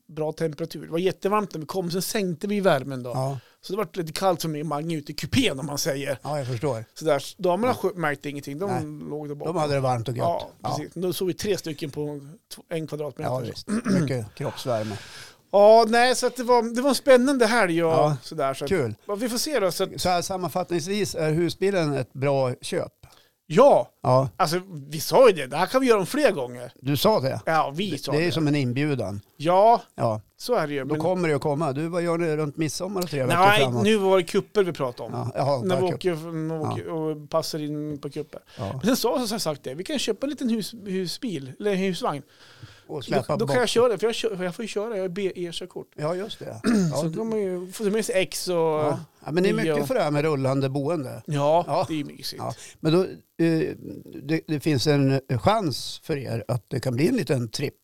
bra temperatur. Det var jättevarmt när vi kom, sen sänkte vi värmen då.
Ja.
Så det var lite kallt som i Mange ute i kupén om man säger.
Ja, jag förstår.
Så där, damerna skö- märkte ingenting, de låg där bak.
De hade det varmt och gött.
Ja,
Ja.
precis. Då såg vi tre stycken på tv- en kvadratmeter.
Ja,
Ja,
visst. Mycket kroppsvärme.
nej, så att det, var, det var en spännande helg och
Ja,
sådär. Så att,
Kul.
ja, vi får se då. Så att,
Så här, sammanfattningsvis är husbilen ett bra köp.
ja,
Ja,
alltså vi sa ju det, det här kan vi göra om fler gånger.
du sa det.
Ja, vi sa
Det är
det.
ju som en inbjudan.
Ja,
Ja,
så är det ju.
då
Men-
kommer det att komma. Du, vad gör du runt midsommar och tre veckor
nej,
framåt?
nu var det kupper vi pratade om.
Ja, jaha,
När vi
bara kupp.
åker, när vi åker och passar in på kupper.
ja.
Men sen sa jag som sagt det, vi kan köpa en liten hus, husbil, eller husvagn.
Och släppa
Då, då
bort.
kan jag köra den, för jag, kör, jag får ju köra, jag är B-E-körkort.
Ja, just det.
så
Ja,
då
du-
kan man ju få med sig X och...
ja.
Ja,
Ja, men det är
Ja.
mycket för det här med rullande boende. Ja.
det är ju mysigt.
Ja. Men då, eh, det, det finns en chans för er att det kan bli en liten tripp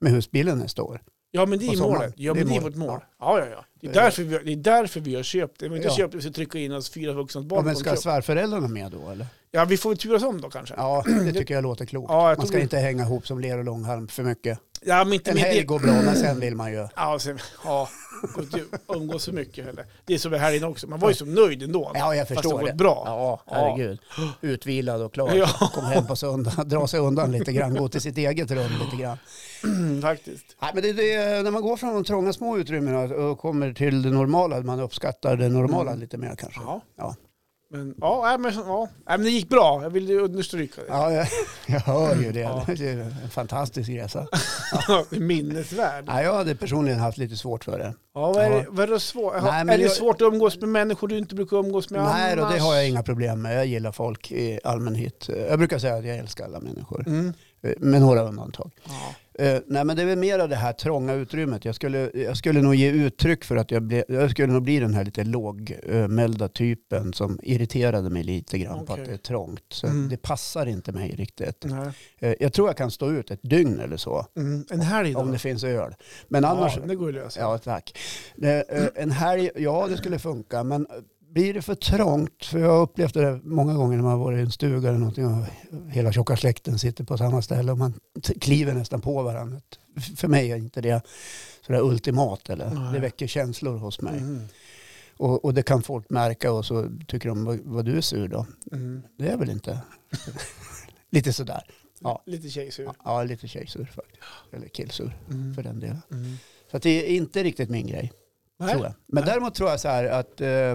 med husbilen nästa år.
Ja men det är
På
ju
sommaren.
målet. Ja
Det är
men det är
målet.
vårt mål. Ja ja ja. Det är därför vi, det är därför vi har köpt det. Men inte
Ja.
köpt det för att trycka in oss fyra vuxna barn
Ja,
på
men
en
ska
kropp.
svärföräldrarna med då eller?
Ja vi får väl turas om då kanske. Ja,
Ja, det tycker jag låter klokt.
Ja, jag
man
tror
ska
det.
inte hänga ihop som ler och långhalm för mycket.
men inte
En
med
helg
det.
går bra, men sen vill man ju...
Ja, sen, ja, går inte att umgås så mycket heller. Det är som med helgen också. Man var ju så nöjd ändå.
Ja, jag
fast det
förstår
var
det.
bra.
Ja,
Ja.
herregud. Utvilad och klar.
Ja.
Kom hem på söndag, dra sig undan lite grann, gå till sitt eget rum lite grann.
Mm, faktiskt.
Nej, men det, det, när man går från de trånga små utrymmena och kommer till det normala, man uppskattar det normala
Mm.
lite mer kanske.
Ja.
Ja.
Men, ja, nej, men, ja. Nej, men det gick bra. Jag vill ju understryka det.
Ja, jag, jag hör ju det.
Ja.
Det är ju en fantastisk resa.
Minnesvärd.
Nej, jag hade personligen haft lite svårt för det.
Ja, vad är,
Ja.
det- vad är det svårt?
Nej, men
är det
jag-
svårt att umgås med människor du inte brukar umgås med
Nej, då,
annars?
det har jag inga problem med. Jag gillar folk i allmänhet. Jag brukar säga att jag älskar alla människor,
Mm.
eh, med några undantag.
Ja.
Eh, nej men det är väl mera det här trånga utrymmet. Jag skulle, jag skulle nog ge uttryck för att jag, ble, jag skulle nog bli den här lite lågmälda typen som irriterade mig lite grann på att
Okej.
det är trångt. Så
Mm.
Det passar inte mig riktigt.
Nej.
Eh, jag tror jag kan stå ut ett dygn eller så
Mm, en helg då?
om det finns öl. Men annars,
Ja, det går ju att lösa.
Ja, tack. Det, eh, en helg, ja det skulle funka, men blir det för trångt, för jag har upplevt det många gånger när man har varit i en stuga eller någonting och hela tjocka släkten sitter på samma ställe och man t- kliver nästan på varandra. F- För mig är inte det sådär ultimat, eller?
Nej.
det väcker känslor hos mig.
Mm.
Och, och det kan folk märka och så tycker de, "Vad- vad du är sur då?
Mm.
Det är jag väl inte? lite sådär. Ja.
Lite tjejsur.
Ja, lite tjejsur faktiskt. Eller killsur
Mm.
för den delen.
Mm.
Så att det är inte riktigt min grej.
Nej.
Tror jag. Men
Nej.
däremot tror jag så här att eh,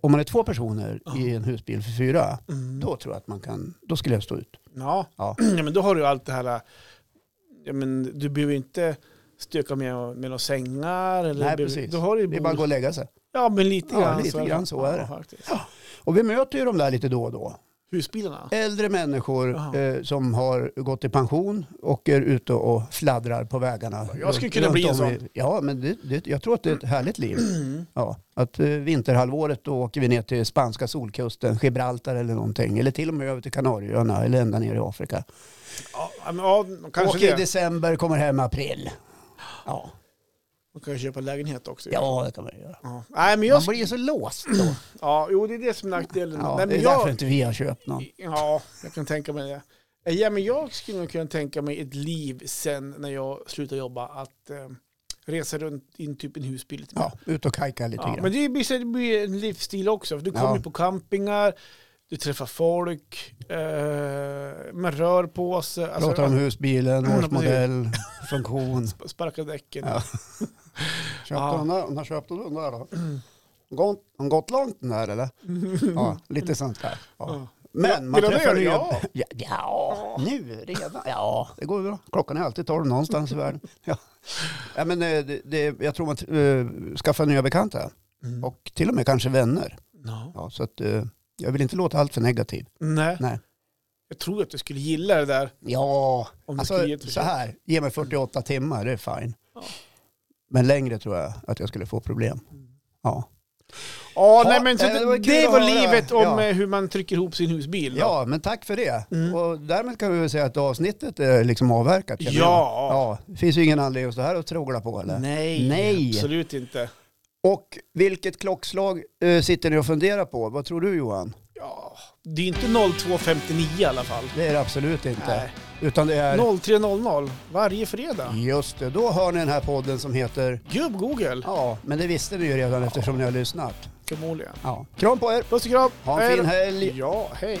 om man är två personer
Ja.
i en husbil för fyra,
Mm.
då tror jag att man kan, då skulle jag stå ut.
Ja.
Ja.
Ja. men då har du ju allt det här, ja, men du behöver inte stöka med, med några sängar. Eller
Nej,
behöver-
precis.
Då har du ju
Det är bara att
bord.
gå och lägga sig.
Ja, men lite
Ja,
grann,
lite
så,
grann så är det.
Ja, faktiskt.
Och vi möter ju de där lite då och då.
Husbilarna?
Äldre
Jaha.
människor eh, som har gått i pension och är ute och fladdrar på vägarna.
Jag skulle
Runt-
kunna bli
runt
en Mm.
om i- Ja, men det, det, jag tror att det är ett härligt liv. Ja, att eh, vinterhalvåret då åker vi ner till spanska solkusten, Gibraltar eller någonting. Eller till och med över till Kanarieöarna eller ända ner i Afrika.
Ja, men, ja, kanske
Åker i
det.
december, kommer hem i april. Ja,
Man kan ju köpa lägenhet också.
ja det kan man ju göra.
Ja. Nej, men jag...
Man blir ju så låst då.
Ja, jo, det är det som är nackdelen.
Ja,
Nej,
det
men
är
jag...
därför inte vi har köpt någon.
Ja, jag kan tänka mig det. Eh, Ja, men jag skulle nog kunna tänka mig ett liv sen när jag slutar jobba att eh, resa runt i en typ en husbil lite mer.
Ja, ut och kajka lite
Ja,
grann.
men det blir, så- det blir en livsstil också. För du
Ja.
kommer på campingar, du träffar folk, eh, man rör på sig. Alltså,
Pratar om husbilen,
Mm,
årsmodell, funktion.
att Sparka däcken.
Ja. Köpte
Ja.
hon där? Hon har köpt den där då? Gått, hon gått långt den där eller? Ja, lite sånt där. Mm. Ja.
Ja.
Men man
Vill du
träffar
göra det?
nya...
Ja.
Ja, ja, nu redan. Ja, det går ju bra. Klockan är alltid tolv någonstans i världen. Ja. Ja, men eh, det, det, jag tror man eh, skaffar nya bekanta
Mm.
och till och med kanske vänner.
Ja.
Ja, så att, eh, jag vill inte låta allt för negativ.
Nej.
Nej.
Jag tror att du skulle gilla det där.
Ja,
Om du
alltså
skulle ge ett
så
försök.
här, ge mig 48 timmar, det är fine.
Ja.
Men längre tror jag att jag skulle få problem. Ja,
Mm. Ja,
Ja,
nej, men så
eh, det
det,
var
var,
kul att höra.
livet om
Ja.
eh, hur man trycker ihop sin husbil. då.
ja men tack för det.
Mm.
Och därmed kan vi väl säga att avsnittet är liksom avverkat. känner jag.
ja.
ja! Det finns ju ingen anledning att stå här och trågla på eller?
Nej,
Nej.
absolut inte.
Och vilket klockslag eh, sitter ni och funderar på? Vad tror du Johan?
Ja, det är inte 02.59 i alla fall.
Det är det absolut inte.
Nej.
Utan det är...
03.00 varje fredag.
Just det, då hör ni den här podden som heter...
Gubb Google.
Ja, men det visste ni ju redan eftersom ni har lyssnat.
Förmodligen.
Ja. Kram på er!
Puss och kram.
Ha en fin helg!
Ja, hej.